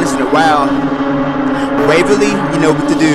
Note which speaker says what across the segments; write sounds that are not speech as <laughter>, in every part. Speaker 1: this in a while. Waverly, you know what to do.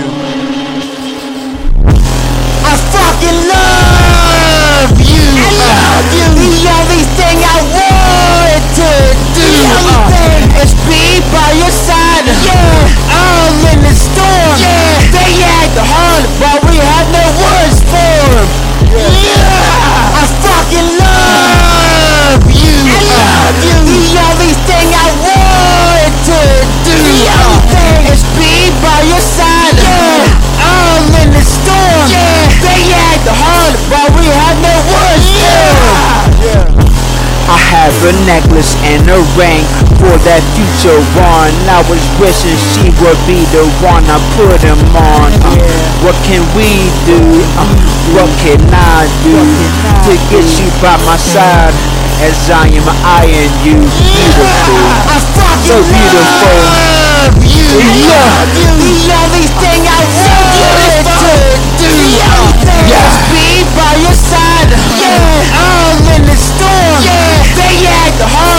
Speaker 2: I fucking love you. I love you. The only thing I wanted to do the only thing is be by your side. Yeah. All in the storm. Yeah. They had the hard, but we had no words for 'em. Yeah. I fucking love you. I love you. The only thing I wanted to do the only thing is be by your side. Yeah. All in the storm. Yeah. They had the hard, but we had no words for 'em.
Speaker 3: I have a necklace and a ring for that future one. I was wishing she would be the one I put him on. Uh, What can we do? Uh, what can I do to get you by my side as I am eyeing you? <laughs> Beautiful.
Speaker 2: I fucking
Speaker 3: So beautiful.
Speaker 2: love you. love you. The only thing I wanted to do was be by your side. Yeah. All in the storm. Yeah. They had the heart.